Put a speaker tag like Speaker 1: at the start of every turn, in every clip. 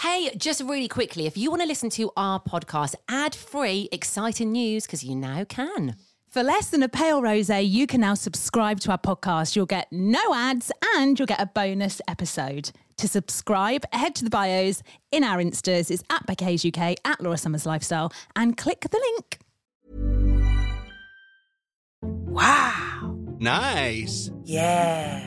Speaker 1: Hey, just really quickly, if you want to listen to our podcast ad free, exciting news, because you now can.
Speaker 2: For less than a pale rose, you can now subscribe to our podcast. You'll get no ads and you'll get a bonus episode. To subscribe, head to the bios in our instas. It's at Becca's UK, at Laura Summers Lifestyle, and click the link.
Speaker 3: Wow.
Speaker 4: Nice.
Speaker 3: Yeah.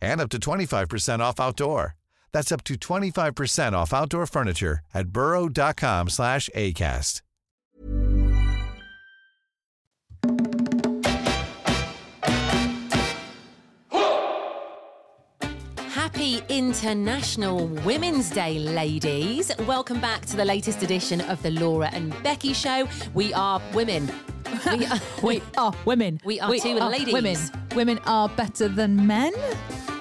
Speaker 5: and up to 25% off outdoor. That's up to 25% off outdoor furniture at burrow.com slash ACAST.
Speaker 1: Happy International Women's Day, ladies. Welcome back to the latest edition of the Laura and Becky Show. We are women. We are,
Speaker 2: We are oh, women.
Speaker 1: We are two ladies.
Speaker 2: Women. Women are better than men.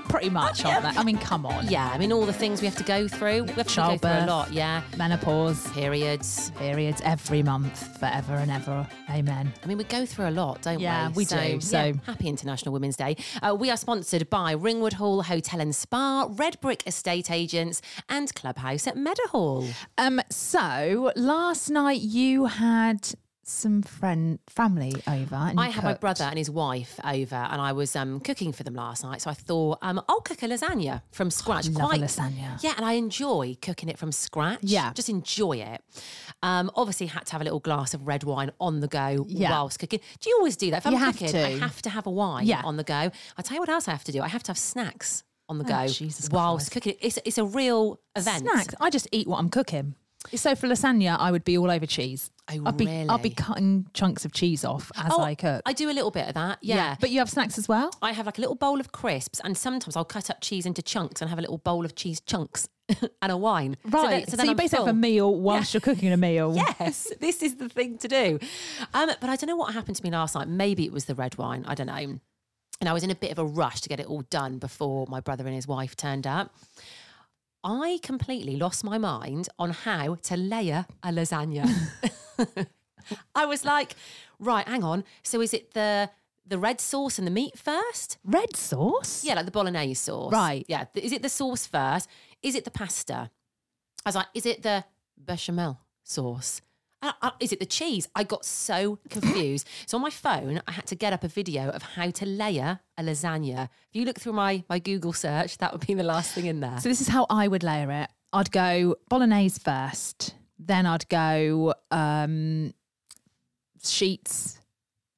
Speaker 2: Pretty much, aren't they? I mean, come on.
Speaker 1: Oh, yeah, I mean, all the things we have to go through. We have to go through a
Speaker 2: Childbirth.
Speaker 1: lot, yeah.
Speaker 2: Menopause.
Speaker 1: Periods.
Speaker 2: Periods every month, forever and ever. Amen.
Speaker 1: I mean, we go through a lot, don't
Speaker 2: Yeah,
Speaker 1: we?
Speaker 2: we do, so-
Speaker 1: happy International Women's Day. Uh, we are sponsored by Ringwood Hall Hotel and Spa, Red Brick Estate Agents, and Clubhouse at Meadowhall.
Speaker 2: Um, so last night you had some friend family over. And
Speaker 1: I
Speaker 2: you
Speaker 1: had my
Speaker 2: cooked.
Speaker 1: brother and his wife over, and I was um, cooking for them last night. So I thought, um, I'll cook a lasagna from scratch.
Speaker 2: Oh, love a lasagna.
Speaker 1: Yeah, and I enjoy cooking it from scratch.
Speaker 2: Yeah.
Speaker 1: just enjoy it. Um, obviously, had to have a little glass of red wine on the go
Speaker 2: Yeah.
Speaker 1: whilst cooking. Do you always do that? If I'm
Speaker 2: You have
Speaker 1: cooking,
Speaker 2: to.
Speaker 1: I have to have a wine
Speaker 2: Yeah.
Speaker 1: on the go. I tell you what else I have to do. I have to have snacks on the go
Speaker 2: Oh, Jesus
Speaker 1: whilst
Speaker 2: Christ.
Speaker 1: cooking. It's it's a real event.
Speaker 2: Snacks. I just eat what I'm cooking. So for lasagna, I would be all over cheese.
Speaker 1: Oh,
Speaker 2: I'd be I'd
Speaker 1: really?
Speaker 2: be cutting chunks of cheese off as
Speaker 1: Oh,
Speaker 2: I cook.
Speaker 1: I do a little bit of that. yeah.
Speaker 2: But you have snacks as well?
Speaker 1: I have like a little bowl of crisps, and sometimes I'll cut up cheese into chunks and have a little bowl of cheese chunks and a wine. So then-
Speaker 2: Right. So,
Speaker 1: then
Speaker 2: you
Speaker 1: I'm
Speaker 2: basically have a
Speaker 1: full.
Speaker 2: meal whilst you're cooking a meal.
Speaker 1: Yes, this is the thing to do. Um, but I don't know what happened to me last night. Maybe it was the red wine. I don't know. And I was in a bit of a rush to get it all done before my brother and his wife turned up. I completely lost my mind on how to layer a lasagna. I was like, right, hang on. So is it the the red sauce and the meat first?
Speaker 2: Red sauce?
Speaker 1: Yeah, like the bolognese sauce.
Speaker 2: Right.
Speaker 1: Yeah. Th- Is it the sauce first? Is it the pasta? I was like, is it the bechamel sauce? I- I- Is it the cheese? I got so confused. so on my phone, I had to get up a video of how to layer a lasagna. If you look through my my Google search, that would be the last thing in there.
Speaker 2: So this is how I would layer it. I'd go bolognese first, then I'd go um, sheets,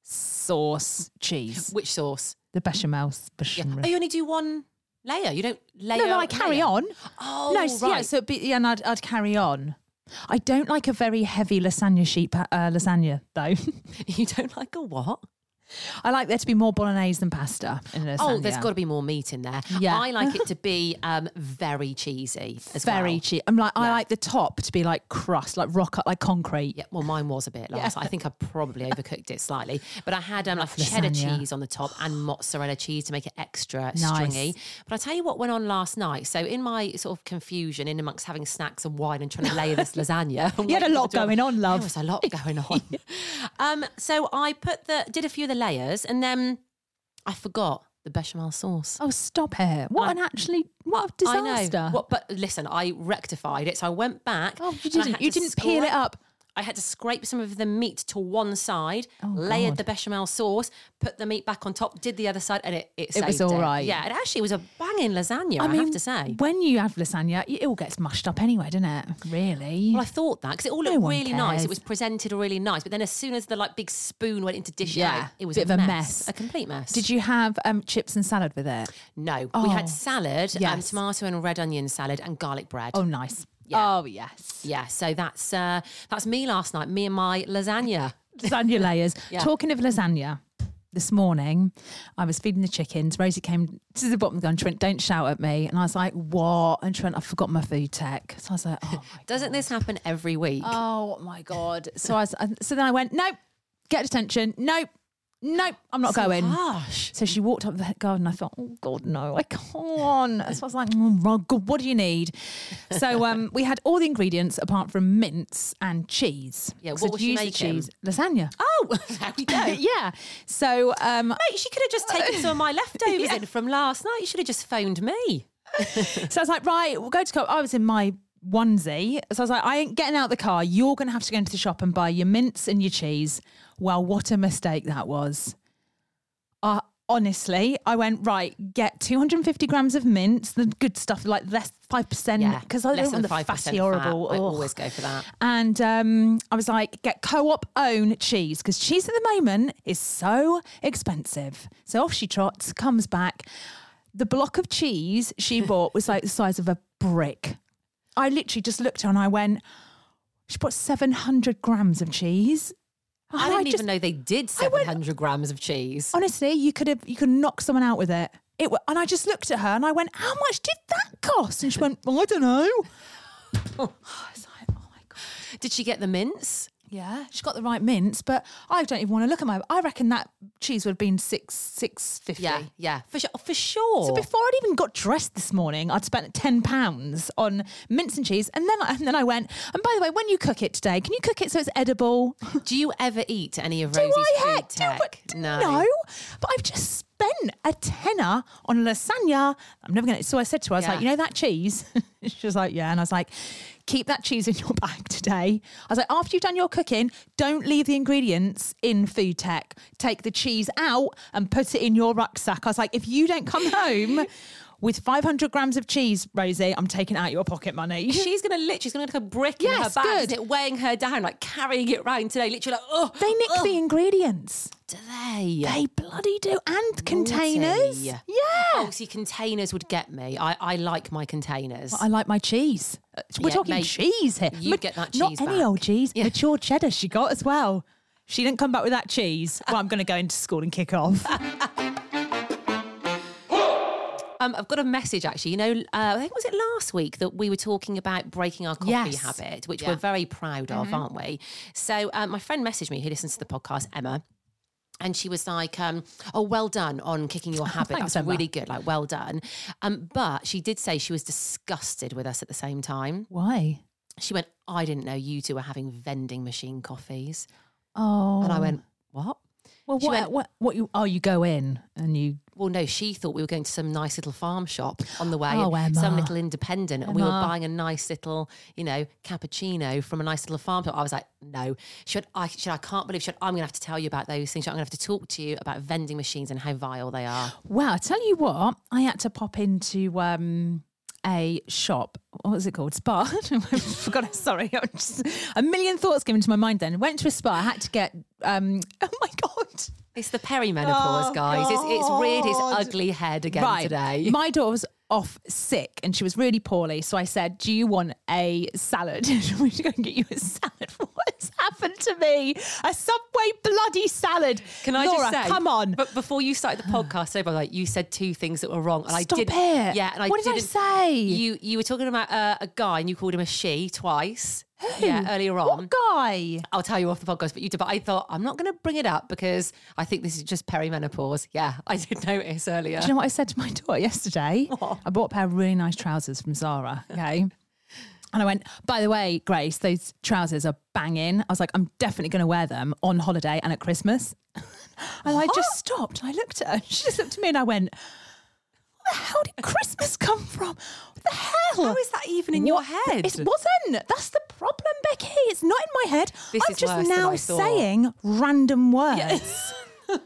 Speaker 2: sauce, cheese,
Speaker 1: Which sauce?
Speaker 2: the bechamel.
Speaker 1: Yeah.
Speaker 2: bechamel.
Speaker 1: Oh, you only do one layer. You don't layer.
Speaker 2: Mm. no, no, I carry
Speaker 1: layer.
Speaker 2: on.
Speaker 1: Oh,
Speaker 2: no, s- yeah.
Speaker 1: right.
Speaker 2: So it'd be, yeah, and I'd, I'd carry on. I don't like a very heavy lasagna sheet pa- uh, lasagna though.
Speaker 1: you don't like a what?
Speaker 2: I like there to be more bolognese than pasta in a lasagna.
Speaker 1: Oh, there's got to be more meat in there.
Speaker 2: Yeah.
Speaker 1: I like it to be um, very cheesy as well.
Speaker 2: very cheap. I'm like I
Speaker 1: Yeah.
Speaker 2: like the top to be like crust, like rock, like concrete.
Speaker 1: Yeah, well, mine was a bit last. I think I probably overcooked it slightly, but I had um, like cheddar
Speaker 2: Lasagna.
Speaker 1: cheese on the top and mozzarella cheese to make it extra
Speaker 2: Nice.
Speaker 1: stringy. But I tell you what went on last night. So in my sort of confusion, in amongst having snacks and wine and trying to layer this lasagna, and
Speaker 2: You had a
Speaker 1: waiting for
Speaker 2: lot
Speaker 1: the job,
Speaker 2: going on, love.
Speaker 1: There was a lot going on. um, so I put the did a few of the layers, and then I forgot the bechamel sauce.
Speaker 2: Oh, stop it. What
Speaker 1: I-
Speaker 2: an actually, what a
Speaker 1: I
Speaker 2: Oh, disaster.
Speaker 1: know. What, but listen, I rectified it. So I went back.
Speaker 2: Oh, you
Speaker 1: and I
Speaker 2: didn't.
Speaker 1: had
Speaker 2: You
Speaker 1: to
Speaker 2: didn't peel it
Speaker 1: scrape-
Speaker 2: up.
Speaker 1: I had to scrape some of the meat to one side,
Speaker 2: Oh,
Speaker 1: layered
Speaker 2: God.
Speaker 1: the bechamel sauce, put the meat back on top, did the other side, and it it,
Speaker 2: It was
Speaker 1: saved
Speaker 2: all right.
Speaker 1: Yeah, it actually was a banging lasagna. I, have to say.
Speaker 2: when you have lasagna, it all gets mushed up anyway, doesn't it? Really?
Speaker 1: Well, I thought that because it all
Speaker 2: No
Speaker 1: looked
Speaker 2: one
Speaker 1: really nice.
Speaker 2: cares.
Speaker 1: It was presented really nice, but then as soon as the like big spoon went into dish
Speaker 2: Yeah,
Speaker 1: out, it was
Speaker 2: bit
Speaker 1: a
Speaker 2: of a mess.
Speaker 1: a complete mess.
Speaker 2: Did you have um, chips and salad with it?
Speaker 1: No, we
Speaker 2: Oh.
Speaker 1: had salad, um,
Speaker 2: Yes.
Speaker 1: tomato and red onion salad, and garlic bread.
Speaker 2: Oh, nice.
Speaker 1: Yeah.
Speaker 2: Oh, yes.
Speaker 1: Yeah, so that's uh, that's me last night. Me and my lasagna.
Speaker 2: Lasagna layers.
Speaker 1: Yeah.
Speaker 2: Talking of lasagna, this morning I was feeding the chickens. Rosie came to the bottom of the gun, Trent, don't shout at me. And I was like, what? And Trent, I forgot my food tech. So I was like, oh, my
Speaker 1: Doesn't this happen every week?
Speaker 2: Oh my god! So I was, and so then I went, nope, get detention, nope, nope, I'm not going.
Speaker 1: Gosh.
Speaker 2: So she walked up the garden. I thought, oh god, no, I can't. So I was like, oh my god, what do you need? So um, we had all the ingredients apart from mince and cheese.
Speaker 1: Yeah,
Speaker 2: so
Speaker 1: what was she
Speaker 2: use the
Speaker 1: making?
Speaker 2: cheese lasagna.
Speaker 1: Oh, there we go. Mate,
Speaker 2: yeah. So um,
Speaker 1: she could have just taken some of my leftovers
Speaker 2: Yeah.
Speaker 1: in from last night. You should have just phoned me.
Speaker 2: So I was like, right, we'll go to co I was in my onesie. So I was like, I ain't getting out the car. You're going to have to go into the shop and buy your mince and your cheese. Well, what a mistake that was. Uh, honestly, I went, right, get 250 grams of mince, the good stuff, like less 5%, because I
Speaker 1: less
Speaker 2: don't want
Speaker 1: than
Speaker 2: the
Speaker 1: 5%
Speaker 2: fatty,
Speaker 1: fat.
Speaker 2: horrible. oh.
Speaker 1: I
Speaker 2: ugh.
Speaker 1: always go for that.
Speaker 2: And um, I was like, get co op own cheese because cheese at the moment is so expensive. So off she trots, comes back. The block of cheese she bought was like the size of a brick. I literally just looked at her and I went, she bought 700 grams of cheese. And
Speaker 1: I didn't
Speaker 2: Oh, just-
Speaker 1: even know they did
Speaker 2: I went-
Speaker 1: 700 grams of cheese.
Speaker 2: Honestly, you could have you could knock someone out with it. It wa- and I just looked at her and I went, "How much did that cost?" And she went, well, "I don't know." I was like, "Oh my god!"
Speaker 1: Did she get the mince?
Speaker 2: Yeah, she got the right mince, but I don't even want to look at my. I reckon that cheese would have been six six fifty.
Speaker 1: Yeah, yeah, for sure. For sure.
Speaker 2: So before I'd even got dressed this morning, I'd spent ten pounds on mince and cheese, and then I, and then I went. And by the way, when you cook it today, can you cook it so it's edible?
Speaker 1: Do you ever eat any of
Speaker 2: Do
Speaker 1: Rosie's
Speaker 2: I
Speaker 1: food
Speaker 2: heck? Do,
Speaker 1: tech?
Speaker 2: but, no. but I've just spent a tenner on lasagna. I'm never gonna. So I said to her, I was
Speaker 1: Yeah.
Speaker 2: like, you know that cheese? she was like, yeah, and I was like, keep that cheese in your bag today. I was like, after you've done your cooking, don't leave the ingredients in food tech. Take the cheese out and put it in your rucksack. I was like, if you don't come home. With 500 grams of cheese, Rosie, I'm taking out your pocket money.
Speaker 1: She's gonna literally, she's gonna look a brick in her
Speaker 2: Yes,
Speaker 1: bag.
Speaker 2: good.
Speaker 1: Is it weighing her down, like carrying it round today? Literally, like, oh,
Speaker 2: They nick the ingredients.
Speaker 1: do they?
Speaker 2: They bloody do. And containers.
Speaker 1: Naughty.
Speaker 2: Yeah.
Speaker 1: Oh, see, containers would get me. I, I like my containers.
Speaker 2: I like my cheese. Uh, We're
Speaker 1: yeah,
Speaker 2: talking
Speaker 1: mate,
Speaker 2: cheese here.
Speaker 1: you
Speaker 2: Mat-
Speaker 1: get that
Speaker 2: Not
Speaker 1: cheese
Speaker 2: any
Speaker 1: back.
Speaker 2: old cheese.
Speaker 1: Yeah.
Speaker 2: Mature cheddar she got as well. She didn't come back with that cheese. Well, I'm going to go into school and kick off.
Speaker 1: Um, I've got a message actually. You know, uh, I think was it last week that we were talking about breaking our coffee
Speaker 2: Yes. Mm-hmm.
Speaker 1: habit, which we're very proud of, aren't we? So um, my friend messaged me who listens to the podcast, Emma. And she was like, um, "Oh, well done on kicking your habit.
Speaker 2: Oh, Thanks,
Speaker 1: That's
Speaker 2: Emma.
Speaker 1: really good. Like, well done." Um, but she did say she was disgusted with us at the same time.
Speaker 2: Why?
Speaker 1: She went, "I didn't know you two were having vending machine coffees,"
Speaker 2: Oh.
Speaker 1: and I went, "What?"
Speaker 2: well,
Speaker 1: she
Speaker 2: what,
Speaker 1: went-
Speaker 2: what, what you, oh, you go in and you,
Speaker 1: Well, no, she thought we were going to some nice little farm shop on the way,
Speaker 2: Oh,
Speaker 1: and some
Speaker 2: Emma.
Speaker 1: little independent, and we were
Speaker 2: Emma.
Speaker 1: buying a nice little, you know, cappuccino from a nice little farm shop. I was like, no. She went, I, she, went, I can't believe, she went, I'm going to have to tell you about those things. She went, I'm going to have to talk to you about vending machines and how vile they are.
Speaker 2: well, I tell you what, I had to pop into um, a shop. What was it called? Spa. I forgot. it. Sorry. I'm just, a million thoughts came into my mind then. Went to a spa. I had to get, um, oh my God.
Speaker 1: It's the perimenopause,
Speaker 2: Oh,
Speaker 1: guys. It's, it's reared its
Speaker 2: God.
Speaker 1: ugly head again today.
Speaker 2: My daughter was off sick and she was really poorly. So I said, Do you want a salad? we should go and get you a salad. What's happened to me? A Subway bloody salad.
Speaker 1: Can I
Speaker 2: Laura,
Speaker 1: just say,
Speaker 2: Come on.
Speaker 1: But before you started the podcast over, like you said two things that were wrong, and
Speaker 2: Stop
Speaker 1: I didn't.
Speaker 2: it.
Speaker 1: Yeah, and I
Speaker 2: What did I
Speaker 1: didn't,
Speaker 2: say?
Speaker 1: You you were talking about uh, a guy, and you called him a she twice. Yeah, earlier on.
Speaker 2: What guy?
Speaker 1: I'll tell you off the podcast, but you did. But I thought I'm not going to bring it up because I think this is just perimenopause. Yeah, I did notice earlier.
Speaker 2: Do you know what I said to my daughter yesterday? I bought a pair of really nice trousers from Zara. Okay. And I went, by the way, Grace, those trousers are banging. I was like, I'm definitely going to wear them on holiday and at Christmas. and I just stopped and I looked at her. She just looked at me and I went, where the hell did Christmas come from? What the hell?
Speaker 1: How is that even in your head?
Speaker 2: It wasn't. That's the problem, Becky. It's not in my head.
Speaker 1: This
Speaker 2: I'm
Speaker 1: is
Speaker 2: just
Speaker 1: worse than
Speaker 2: now
Speaker 1: I thought.
Speaker 2: saying random words. and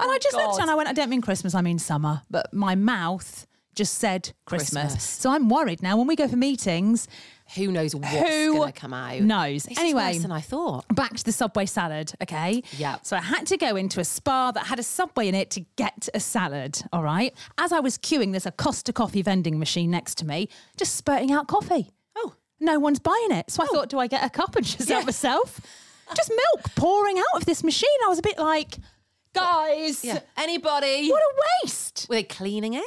Speaker 2: I just looked
Speaker 1: Oh, God.
Speaker 2: and I went, I don't mean Christmas, I mean summer. But my mouth just said Christmas.
Speaker 1: Christmas.
Speaker 2: So I'm worried now when we go for meetings.
Speaker 1: Who knows what's
Speaker 2: Who
Speaker 1: going to come out?
Speaker 2: knows?
Speaker 1: This
Speaker 2: Anyway.
Speaker 1: is worse than I thought.
Speaker 2: Back to the Subway salad, okay?
Speaker 1: Yeah.
Speaker 2: So I had to go into a spa that had a Subway in it to get a salad, all right? As I was queuing, there's a Costa coffee vending machine next to me, just spurting out coffee.
Speaker 1: Oh.
Speaker 2: No one's buying it. So I thought, do I get a cup and just help
Speaker 1: Yeah.
Speaker 2: myself? just milk pouring out of this machine. I was a bit like, guys,
Speaker 1: Yeah. Anybody?
Speaker 2: what a waste.
Speaker 1: Were they cleaning it?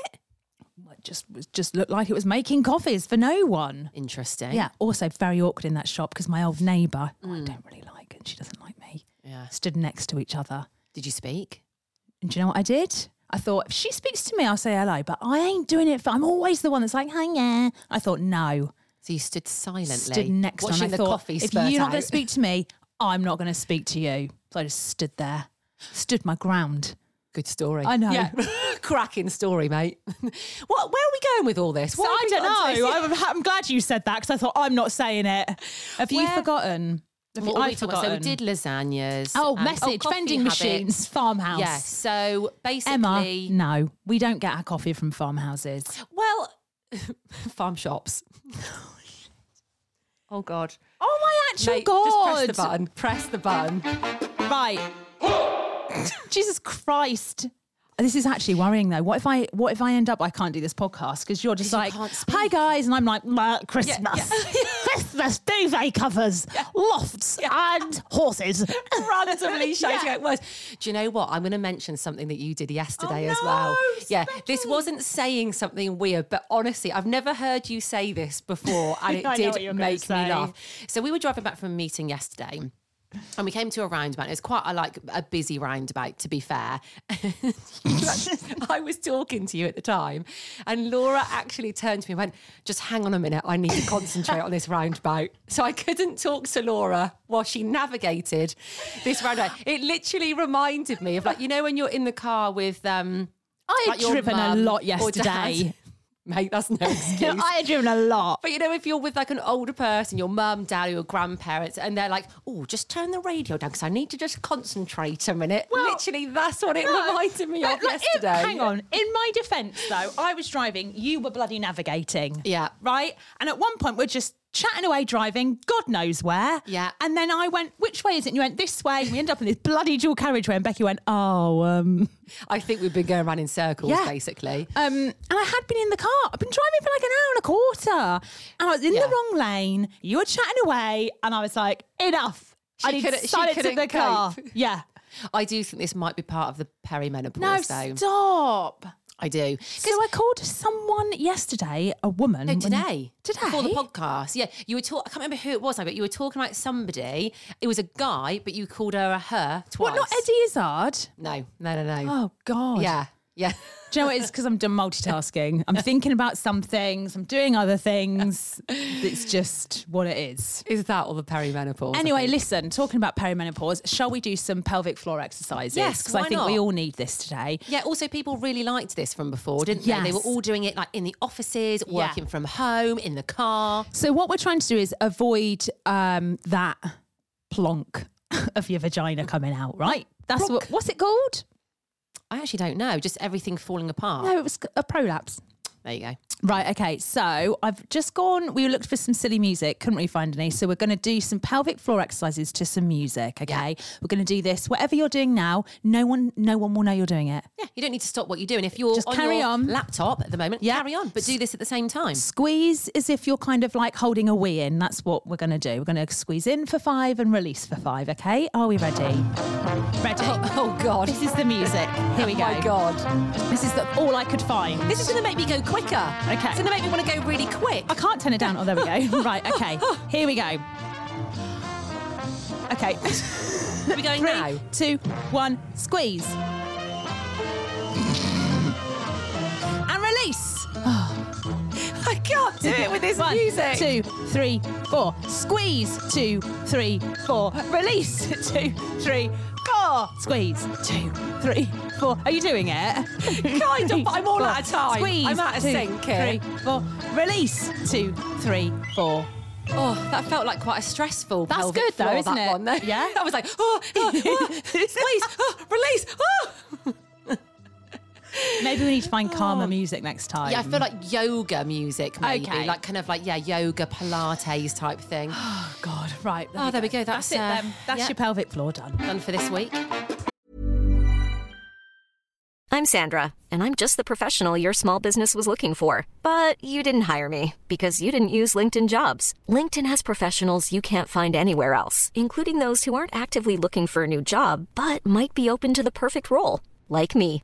Speaker 2: It just, was- just looked like it was making coffees for no one.
Speaker 1: Interesting.
Speaker 2: Yeah. Also, very awkward in that shop because my old neighbour, who I don't really like, and she doesn't like me,
Speaker 1: Mm. Yeah.
Speaker 2: stood next to each other.
Speaker 1: Did you speak?
Speaker 2: And do you know what I did? I thought, if she speaks to me, I'll say hello, but I ain't doing it. For, I'm always the one that's like, hi, yeah. I thought, no.
Speaker 1: So you stood silently,
Speaker 2: Stood next to her.
Speaker 1: watching
Speaker 2: and I
Speaker 1: the
Speaker 2: thought,
Speaker 1: coffee
Speaker 2: if
Speaker 1: spurt
Speaker 2: you're not
Speaker 1: out.
Speaker 2: going to speak to me, I'm not going to speak to you. So I just stood there, stood my ground.
Speaker 1: Good story.
Speaker 2: I know.
Speaker 1: Yeah. Cracking story, mate. what? Where are we going with all this?
Speaker 2: So
Speaker 1: What
Speaker 2: I
Speaker 1: have we
Speaker 2: don't
Speaker 1: got onto
Speaker 2: know.
Speaker 1: this?
Speaker 2: I'm, I'm glad you said that because I thought, I'm not saying it. Have you
Speaker 1: Where-
Speaker 2: forgotten? Have you-
Speaker 1: What were
Speaker 2: I've
Speaker 1: we talking about? So we did lasagnas.
Speaker 2: Oh,
Speaker 1: um,
Speaker 2: message,
Speaker 1: coffee
Speaker 2: vending
Speaker 1: habits.
Speaker 2: machines, farmhouse.
Speaker 1: Yeah. So basically,
Speaker 2: Emma, no, we don't get our coffee from farmhouses.
Speaker 1: well, farm shops. oh God.
Speaker 2: Oh my actual
Speaker 1: Mate,
Speaker 2: god!
Speaker 1: Just press the button. Press the button.
Speaker 2: Right. Jesus Christ. This is actually worrying though. What if I what if I end up I can't do this podcast because you're just
Speaker 1: You
Speaker 2: like
Speaker 1: can't speak.
Speaker 2: hi guys and I'm like "Well, Christmas Christmas duvet covers lofts and horses
Speaker 1: randomly shouting out words. Do you know what? I'm going to mention something that you did
Speaker 2: Oh,
Speaker 1: yesterday as well. Yeah, this wasn't saying something weird, but honestly, I've never heard you say this before, and
Speaker 2: I know
Speaker 1: it
Speaker 2: what you were
Speaker 1: did
Speaker 2: gonna
Speaker 1: make me
Speaker 2: say.
Speaker 1: laugh. So we were driving back from a meeting yesterday. And we came to a roundabout. It's quite a, like a busy roundabout, to be fair. I was talking to you at the time, and Laura actually turned to me and went, Just hang on a minute, I need to concentrate on this roundabout. So I couldn't talk to Laura while she navigated this roundabout. It literally reminded me of like, you know, when you're in the car with um
Speaker 2: I had
Speaker 1: like your
Speaker 2: driven a
Speaker 1: mum
Speaker 2: lot
Speaker 1: or dad.
Speaker 2: yesterday.
Speaker 1: Mate, that's no excuse.
Speaker 2: I had driven a lot.
Speaker 1: But you know, if you're with like an older person, your mum, dad, or your grandparents, and they're like, "Oh, just turn the radio down because I need to just concentrate a minute." Literally, that's what it reminded me
Speaker 2: But,
Speaker 1: of
Speaker 2: like, in-
Speaker 1: yesterday.
Speaker 2: hang on. In my defence, though, I was driving. You were bloody navigating.
Speaker 1: Yeah.
Speaker 2: Right. And at one point, we're just chatting away, driving, God knows where.
Speaker 1: Yeah.
Speaker 2: And then I went, "Which way is it?" And you went this way. And we end up in this bloody dual carriageway. And Becky went, "Oh, um,
Speaker 1: I think we've been going around in circles,
Speaker 2: Yeah.
Speaker 1: basically.
Speaker 2: um." And I had been in the car. I've been driving for like an hour and a quarter. And I was in
Speaker 1: Yeah.
Speaker 2: the wrong lane. You were chatting away, and I was like, "Enough." I
Speaker 1: She
Speaker 2: need
Speaker 1: couldn't- she
Speaker 2: silence in
Speaker 1: couldn't
Speaker 2: the car.
Speaker 1: cope.
Speaker 2: Yeah.
Speaker 1: I do think this might be part of the perimenopause,
Speaker 2: No,
Speaker 1: though.
Speaker 2: stop.
Speaker 1: I do.
Speaker 2: So I called someone yesterday, a woman.
Speaker 1: No,
Speaker 2: when-
Speaker 1: today.
Speaker 2: Today?
Speaker 1: Before the podcast. Yeah. You were talking, I can't remember who it was, now, but you were talking about somebody. It was a guy, but you called her a her twice.
Speaker 2: What, not Eddie Izzard?
Speaker 1: No, no, no, no.
Speaker 2: Oh, God.
Speaker 1: yeah. Yeah.
Speaker 2: Do you know what it is? Because I'm done multitasking. I'm thinking about some things, I'm doing other things. It's just what it is.
Speaker 1: Is that all the perimenopause? I
Speaker 2: Anyway,
Speaker 1: think?
Speaker 2: listen, talking about perimenopause, shall we do some pelvic floor exercises?
Speaker 1: Yes,
Speaker 2: because I
Speaker 1: why
Speaker 2: think we
Speaker 1: not?
Speaker 2: all need this today.
Speaker 1: Yeah, also people really liked this from before, didn't they? They were
Speaker 2: Yes.
Speaker 1: all doing it like in the offices, working from home, in the car.
Speaker 2: So, what we're trying to do is avoid um, that plonk of your vagina coming out, right? That's what, what's it called?
Speaker 1: I actually don't know, just everything falling apart.
Speaker 2: No, it was a prolapse.
Speaker 1: There you go.
Speaker 2: Right, okay. So I've just gone, we looked for some silly music, couldn't really find any. So we're going to do some pelvic floor exercises to some music, okay? We're going to do this. Whatever you're doing now, no one no one will know you're doing it.
Speaker 1: Yeah, you don't need to stop what you're doing. If you're
Speaker 2: Just
Speaker 1: on
Speaker 2: carry
Speaker 1: your
Speaker 2: on.
Speaker 1: laptop at the moment,
Speaker 2: Yeah.
Speaker 1: carry on, but do this at the same time.
Speaker 2: Squeeze as if you're kind of like holding a wee in. That's what we're going to do. We're going to squeeze in for five and release for five, okay? Are we ready? Ready.
Speaker 1: Oh, God.
Speaker 2: This is the music. Here we go.
Speaker 1: My God.
Speaker 2: This is the, all I could find.
Speaker 1: This is going to make me go quicker.
Speaker 2: Okay.
Speaker 1: It's going to make me want to go really quick.
Speaker 2: I can't turn it down. Oh, there we go. right, okay. Here we go. Okay.
Speaker 1: Are we going now?
Speaker 2: Three, two, one, squeeze. And release.
Speaker 1: I
Speaker 2: can't do it with this One, music. Two, three, four. Squeeze. Two, three, four. Release. Two, three, four. Squeeze. Two, three, four. Are you doing it?
Speaker 1: Kind of, but I'm all
Speaker 2: Four.
Speaker 1: out of time.
Speaker 2: Squeeze.
Speaker 1: I'm out of
Speaker 2: two,
Speaker 1: sync
Speaker 2: Three,
Speaker 1: here.
Speaker 2: four. Release. Two, three, four.
Speaker 1: Oh, that felt like quite a stressful.
Speaker 2: That's
Speaker 1: pelvic
Speaker 2: good though,
Speaker 1: floor,
Speaker 2: isn't
Speaker 1: that
Speaker 2: it?
Speaker 1: One, though.
Speaker 2: Yeah.
Speaker 1: I was like, oh, oh, oh, squeeze, oh, release. Oh.
Speaker 2: Maybe we need to find calmer music next time.
Speaker 1: Yeah, I feel like yoga music, maybe
Speaker 2: Okay.
Speaker 1: like kind of like yeah, yoga Pilates type thing.
Speaker 2: oh God. Right.
Speaker 1: Oh, there we go. That's,
Speaker 2: That's it
Speaker 1: uh,
Speaker 2: then. That's
Speaker 1: yeah.
Speaker 2: your pelvic floor done.
Speaker 1: done for this week.
Speaker 4: I'm Sandra, and I'm just the professional your small business was looking for. But you didn't hire me because you didn't use LinkedIn jobs. LinkedIn has professionals you can't find anywhere else, including those who aren't actively looking for a new job but might be open to the perfect role, like me.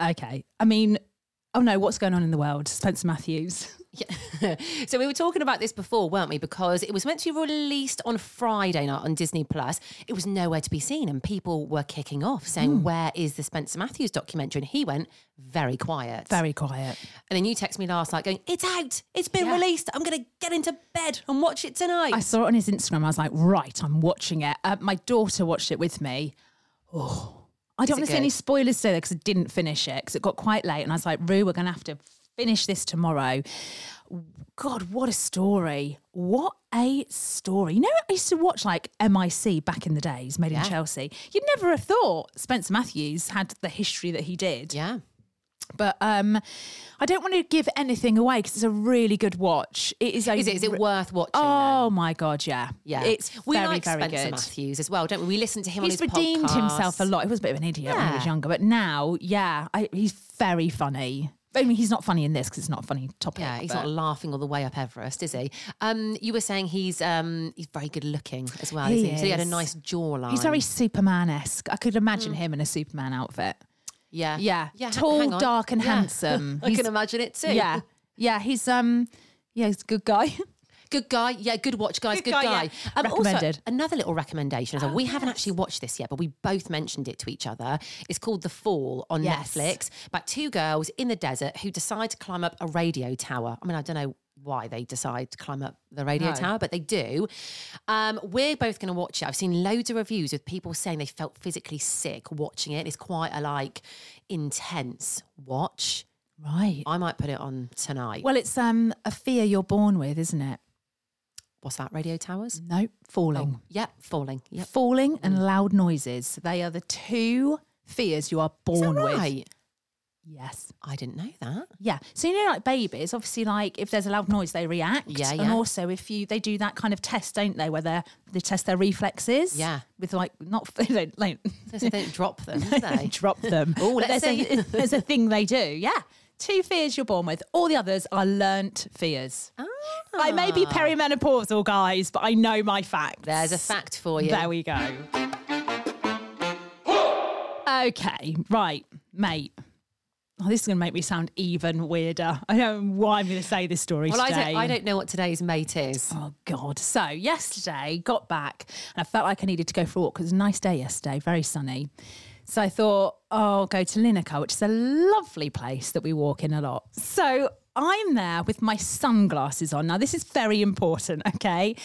Speaker 2: Okay. I mean, oh no, what's going on in the world? Spencer Matthews.
Speaker 1: Yeah. so we were talking about this before, weren't we? Because it was meant to be released on Friday night on Disney Plus. It was nowhere to be seen, and people were kicking off
Speaker 2: Hmm.
Speaker 1: saying, "Where is the Spencer Matthews documentary?" And he went very quiet.
Speaker 2: Very quiet.
Speaker 1: And then you text me last night going, "It's out. It's been released. I'm going to get into bed and watch it tonight."
Speaker 2: I saw it on his Instagram. I was like, right, I'm watching it. Uh, my daughter watched it with me. Oh, I don't
Speaker 1: it
Speaker 2: want to say any
Speaker 1: good?
Speaker 2: spoilers today because I didn't finish it because it got quite late. And I was like, Rue, we're going to have to finish this tomorrow. God, what a story. What a story. You know, I used to watch like MIC back in the days, Made
Speaker 1: Yeah.
Speaker 2: in Chelsea. You'd never have thought Spencer Matthews had the history that he did.
Speaker 1: yeah.
Speaker 2: But um, I don't want to give anything away because it's a really good watch. It is. A
Speaker 1: Is it? Is it
Speaker 2: re-
Speaker 1: worth watching? then?
Speaker 2: Oh my god, yeah,
Speaker 1: Yeah,
Speaker 2: It's
Speaker 1: we
Speaker 2: very,
Speaker 1: like
Speaker 2: very
Speaker 1: Spencer
Speaker 2: good.
Speaker 1: Matthews as well, don't we? We listen to him
Speaker 2: He's
Speaker 1: on his
Speaker 2: redeemed
Speaker 1: podcast.
Speaker 2: himself a lot. He was a bit of an idiot when he was
Speaker 1: Yeah.
Speaker 2: younger, but now, yeah, I, he's very funny. I mean, he's not funny in this because it's not a funny topic.
Speaker 1: Yeah, he's
Speaker 2: but-
Speaker 1: not laughing all the way up Everest, is he? Um, you were saying he's um, he's very good looking as well.
Speaker 2: He
Speaker 1: isn't he? So he had a
Speaker 2: is.
Speaker 1: nice jawline.
Speaker 2: He's very Superman esque. I could imagine
Speaker 1: Mm.
Speaker 2: him in a Superman outfit.
Speaker 1: yeah
Speaker 2: Yeah,
Speaker 1: h-
Speaker 2: tall,
Speaker 1: hang on.
Speaker 2: dark, and
Speaker 1: Yeah.
Speaker 2: handsome.
Speaker 1: I
Speaker 2: He's-
Speaker 1: can imagine it too.
Speaker 2: Yeah, yeah, he's um, yeah, he's a good guy.
Speaker 1: Good guy. Yeah, good watch, guys.
Speaker 2: Good
Speaker 1: Good,
Speaker 2: guy,
Speaker 1: guy.
Speaker 2: yeah. Oh,
Speaker 1: Um,
Speaker 2: Recommended.
Speaker 1: Also, another little recommendation as well. we haven't actually watched this yet, but we both mentioned it to each other. It's called The Fall on
Speaker 2: Yes.
Speaker 1: Netflix about two girls in the desert who decide to climb up a radio tower. I mean, I don't know why they decide to climb up the radio
Speaker 2: No.
Speaker 1: tower, but they do. Um, we're both going to watch it. I've seen loads of reviews with people saying they felt physically sick watching it. It's quite a like intense watch.
Speaker 2: Right.
Speaker 1: I might put it on tonight.
Speaker 2: Well, it's um a fear you're born with, isn't it?
Speaker 1: What's that? Radio towers?
Speaker 2: No, falling.
Speaker 1: Yep, falling. Oh, Yep. Mm.
Speaker 2: Falling and loud noises. They are the two fears you are born with. Yes.
Speaker 1: I didn't know that.
Speaker 2: Yeah. So you know, like babies, obviously, like if there's a loud noise, they react.
Speaker 1: Yeah,
Speaker 2: And
Speaker 1: yeah.
Speaker 2: also, if you they do that kind of test, don't they, where they they test their reflexes.
Speaker 1: Yeah.
Speaker 2: With like not they don't like
Speaker 1: So they don't drop them, do they?
Speaker 2: drop them.
Speaker 1: Oh,
Speaker 2: But
Speaker 1: let's
Speaker 2: there's a,
Speaker 1: see.
Speaker 2: there's a thing they do. Yeah. Two fears you're born with. All the others are learnt fears. Ah. I may be perimenopausal, guys, but I know my facts.
Speaker 1: Ah. There's a fact for you.
Speaker 2: There we go. Okay, right, mate. Oh, this is going to make me sound even weirder. I don't know why I'm going to say this story
Speaker 1: well, I
Speaker 2: today.
Speaker 1: don't, I don't know what today's mate is.
Speaker 2: Oh God! So yesterday, got back and I felt like I needed to go for a walk because it was a nice day yesterday, very sunny. So I thought, oh, I'll go to Lineker, which is a lovely place that we walk in a lot. So I'm there with my sunglasses on. Now this is very important, okay?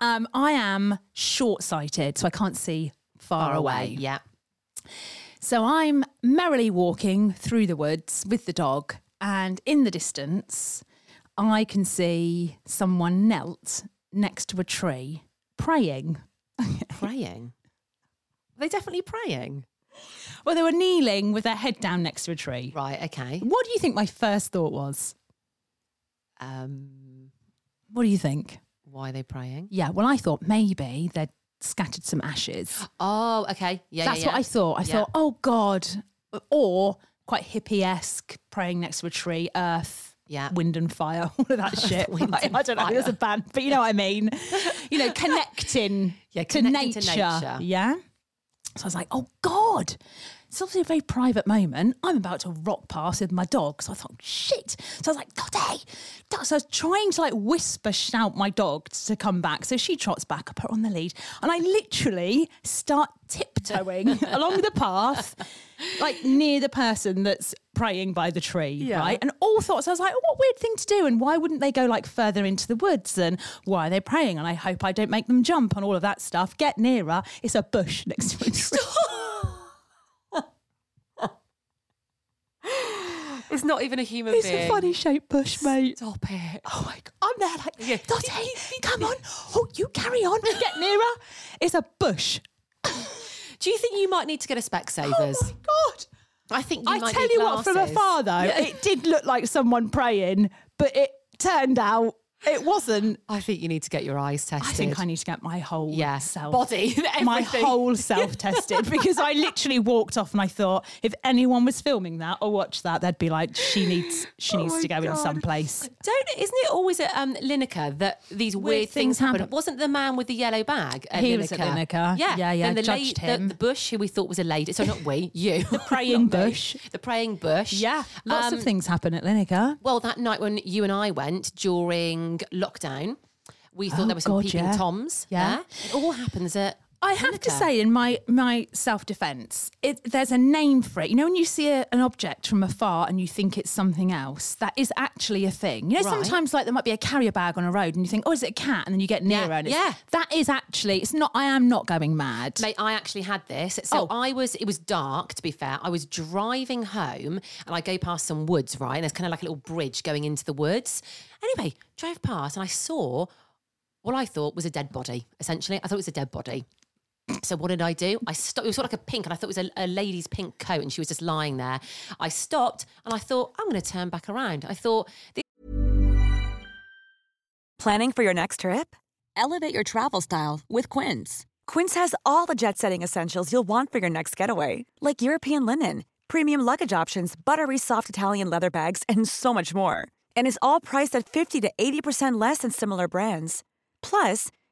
Speaker 2: Um, I am short-sighted, so I can't see far, away.
Speaker 1: Yeah.
Speaker 2: So I'm merrily walking through the woods with the dog, and in the distance, I can see someone knelt next to a tree praying.
Speaker 1: Praying. they definitely praying?
Speaker 2: Well, they were kneeling with their head down next to a tree.
Speaker 1: Right, okay.
Speaker 2: What do you think my first thought was?
Speaker 1: Um,
Speaker 2: What do you think?
Speaker 1: why are they praying?
Speaker 2: Yeah, well, I thought maybe they'd scattered some ashes.
Speaker 1: Oh, okay. Yeah, yeah,
Speaker 2: That's what
Speaker 1: yeah.
Speaker 2: I thought. I
Speaker 1: Yeah.
Speaker 2: thought, oh God, or quite hippie esque, praying next to a tree, earth.
Speaker 1: Yeah.
Speaker 2: Wind and fire, all of that shit.
Speaker 1: Wind
Speaker 2: Like,
Speaker 1: and
Speaker 2: I don't know, there's a
Speaker 1: fire.
Speaker 2: band, but you know what I mean. You know, connecting,
Speaker 1: Yeah,
Speaker 2: to,
Speaker 1: connecting to
Speaker 2: nature.
Speaker 1: nature.
Speaker 2: Yeah. So I was like, oh God. It's obviously a very private moment. I'm about to rock past with my dog. So I thought, shit. So I was like, Dottie. Dot- So I was trying to like whisper shout my dog to come back. So she trots back, I put her on the lead. And I literally start tiptoeing along the path, like near the person that's praying by the tree, right? And all thoughts, I was like, oh, what weird thing to do. And why wouldn't they go like further into the woods? And why are they praying? And I hope I don't make them jump and all of that stuff. Get nearer. It's a bush next to a tree.
Speaker 1: It's not even a human
Speaker 2: It's
Speaker 1: being.
Speaker 2: a funny shaped bush, mate.
Speaker 1: Stop it.
Speaker 2: Oh my god! I'm there like
Speaker 1: Yeah.
Speaker 2: Dottie, come on! Oh, you carry on. Get nearer. It's a bush.
Speaker 1: Do you think you might need to get a Specsavers?
Speaker 2: Oh my god!
Speaker 1: I think you
Speaker 2: I
Speaker 1: might
Speaker 2: tell
Speaker 1: need
Speaker 2: you what, from
Speaker 1: glasses.
Speaker 2: afar though,
Speaker 1: Yeah.
Speaker 2: it did look like someone praying, but it turned out it wasn't.
Speaker 1: I think you need to get your eyes tested.
Speaker 2: I think I need to get my whole
Speaker 1: Yeah.
Speaker 2: self
Speaker 1: Body,
Speaker 2: my
Speaker 1: everything.
Speaker 2: whole self tested because I literally walked off and I thought if anyone was filming that or watched that, they'd be like, she needs she needs to go in someplace.
Speaker 1: Don't isn't it always at um, Lineker that these weird, things, happen? Wasn't the man with the yellow bag at
Speaker 2: He
Speaker 1: Lineker?
Speaker 2: was at Lineker.
Speaker 1: Yeah,
Speaker 2: Yeah, yeah,
Speaker 1: And the,
Speaker 2: judged
Speaker 1: la- the-
Speaker 2: him.
Speaker 1: the bush who we thought was a lady. So not we, you. The
Speaker 2: praying bush.
Speaker 1: the praying bush.
Speaker 2: Yeah, lots
Speaker 1: Um,
Speaker 2: of things happen at Lineker.
Speaker 1: Well, that night when you and I went during lockdown, we thought
Speaker 2: Oh,
Speaker 1: there were some
Speaker 2: God,
Speaker 1: peeping
Speaker 2: yeah.
Speaker 1: toms.
Speaker 2: Yeah.
Speaker 1: there. it all happens at.
Speaker 2: I have to
Speaker 1: Hanukkah.
Speaker 2: say, in my my self defence, there's a name for it. You know, when you see a, an object from afar and you think it's something else, that is actually a thing. You know,
Speaker 1: Right.
Speaker 2: sometimes like there might be a carrier bag on a road and you think, oh, is it a cat? And then you get nearer, and it's,
Speaker 1: yeah.
Speaker 2: that is actually. It's not. I am not going mad.
Speaker 1: Mate, I actually had this.
Speaker 2: Oh.
Speaker 1: So I was, it was dark to be fair. I was driving home and I go past some woods, right? And there's kind of like a little bridge going into the woods. Anyway, drove past and I saw what I thought was a dead body, essentially. I thought it was a dead body. So what did I do? I stopped. It was sort of like a pink, and I thought it was a, a lady's pink coat, and she was just lying there. I stopped, and I thought I'm going to turn back around. I thought
Speaker 3: Planning for your next trip?
Speaker 6: Elevate your travel style with Quince.
Speaker 3: Quince has all the jet setting essentials you'll want for your next getaway, like European linen, premium luggage options, buttery soft Italian leather bags, and so much more. And is all priced at 50 to 80% less than similar brands. Plus,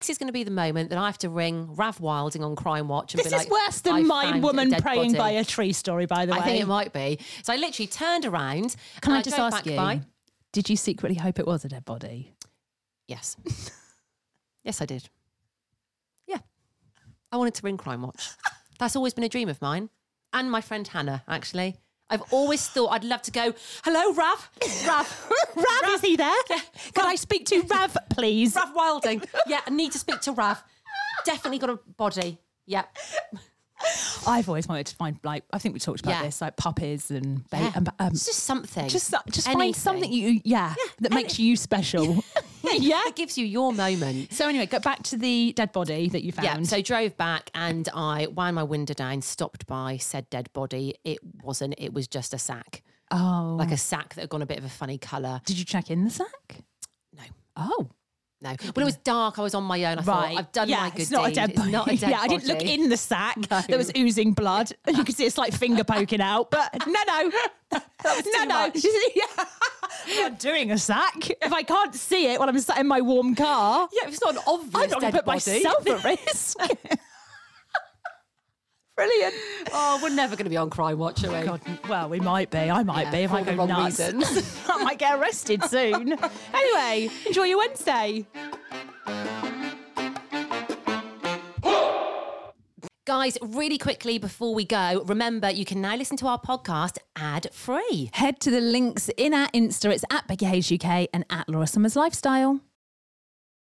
Speaker 1: this is going to be the moment that I have to ring Rav Wilding on Crime Watch. And
Speaker 2: this
Speaker 1: be
Speaker 2: is
Speaker 1: like,
Speaker 2: worse
Speaker 1: "I
Speaker 2: than my
Speaker 1: found a
Speaker 2: woman
Speaker 1: dead
Speaker 2: praying
Speaker 1: body."
Speaker 2: by a tree story. By the way,
Speaker 1: I think it might be. So I literally turned around.
Speaker 2: Can
Speaker 1: and
Speaker 2: I just
Speaker 1: drove
Speaker 2: ask
Speaker 1: back
Speaker 2: you?
Speaker 1: By.
Speaker 2: Did you secretly hope it was a dead body?
Speaker 1: Yes. yes, I did. Yeah. I wanted to ring Crime Watch. That's always been a dream of mine. And my friend Hannah, actually. I've always thought I'd love to go, hello, Rav. Rav.
Speaker 2: Oh, Rav, is he there? Can I speak to Rav, please?
Speaker 1: Rav Wilding. Yeah, I need to speak to Rav. Definitely got a body. Yeah.
Speaker 2: I've always wanted to find like I think we talked about
Speaker 1: Yeah.
Speaker 2: this like puppies and, ba-
Speaker 1: yeah.
Speaker 2: and um,
Speaker 1: it's just something.
Speaker 2: just so- just
Speaker 1: Anything.
Speaker 2: find something you yeah, that makes you special.
Speaker 1: yeah. It gives you your moment.
Speaker 2: So anyway, go back to the dead body that you found.
Speaker 1: Yeah, so I drove back and I wound my window down, stopped by said dead body. It wasn't, it was just a sack.
Speaker 2: oh,
Speaker 1: Like a sack that had gone a bit of a funny colour.
Speaker 2: Did you check in the sack?
Speaker 1: No.
Speaker 2: Oh,
Speaker 1: No. When it was dark, I was on my own. I
Speaker 2: right.
Speaker 1: thought, I've done
Speaker 2: yeah,
Speaker 1: my good
Speaker 2: it's not
Speaker 1: deed.
Speaker 2: a dead body.
Speaker 1: It's not a dead
Speaker 2: yeah, I didn't look
Speaker 1: body.
Speaker 2: in the sack. There was oozing blood. You could see a slight finger poking out, but no, no, no, no. Yeah. I'm not doing a sack. If I can't see it when I'm sat in my warm car,
Speaker 1: Yeah, it's not an obvious
Speaker 2: I'm not
Speaker 1: dead
Speaker 2: going to put
Speaker 1: body.
Speaker 2: myself at risk. Brilliant.
Speaker 1: Oh, we're never going to be on Crime Watch, are we?
Speaker 2: God, well, we might be. I might
Speaker 1: Yeah,
Speaker 2: be if
Speaker 1: for
Speaker 2: I
Speaker 1: the
Speaker 2: go
Speaker 1: wrong
Speaker 2: nuts.
Speaker 1: reasons.
Speaker 2: I might get arrested soon. anyway, enjoy your Wednesday.
Speaker 1: Guys, really quickly before we go, remember you can now listen to our podcast ad free.
Speaker 2: Head to the links in our Insta. It's at Becky Hayes UK and at Laura Summers Lifestyle.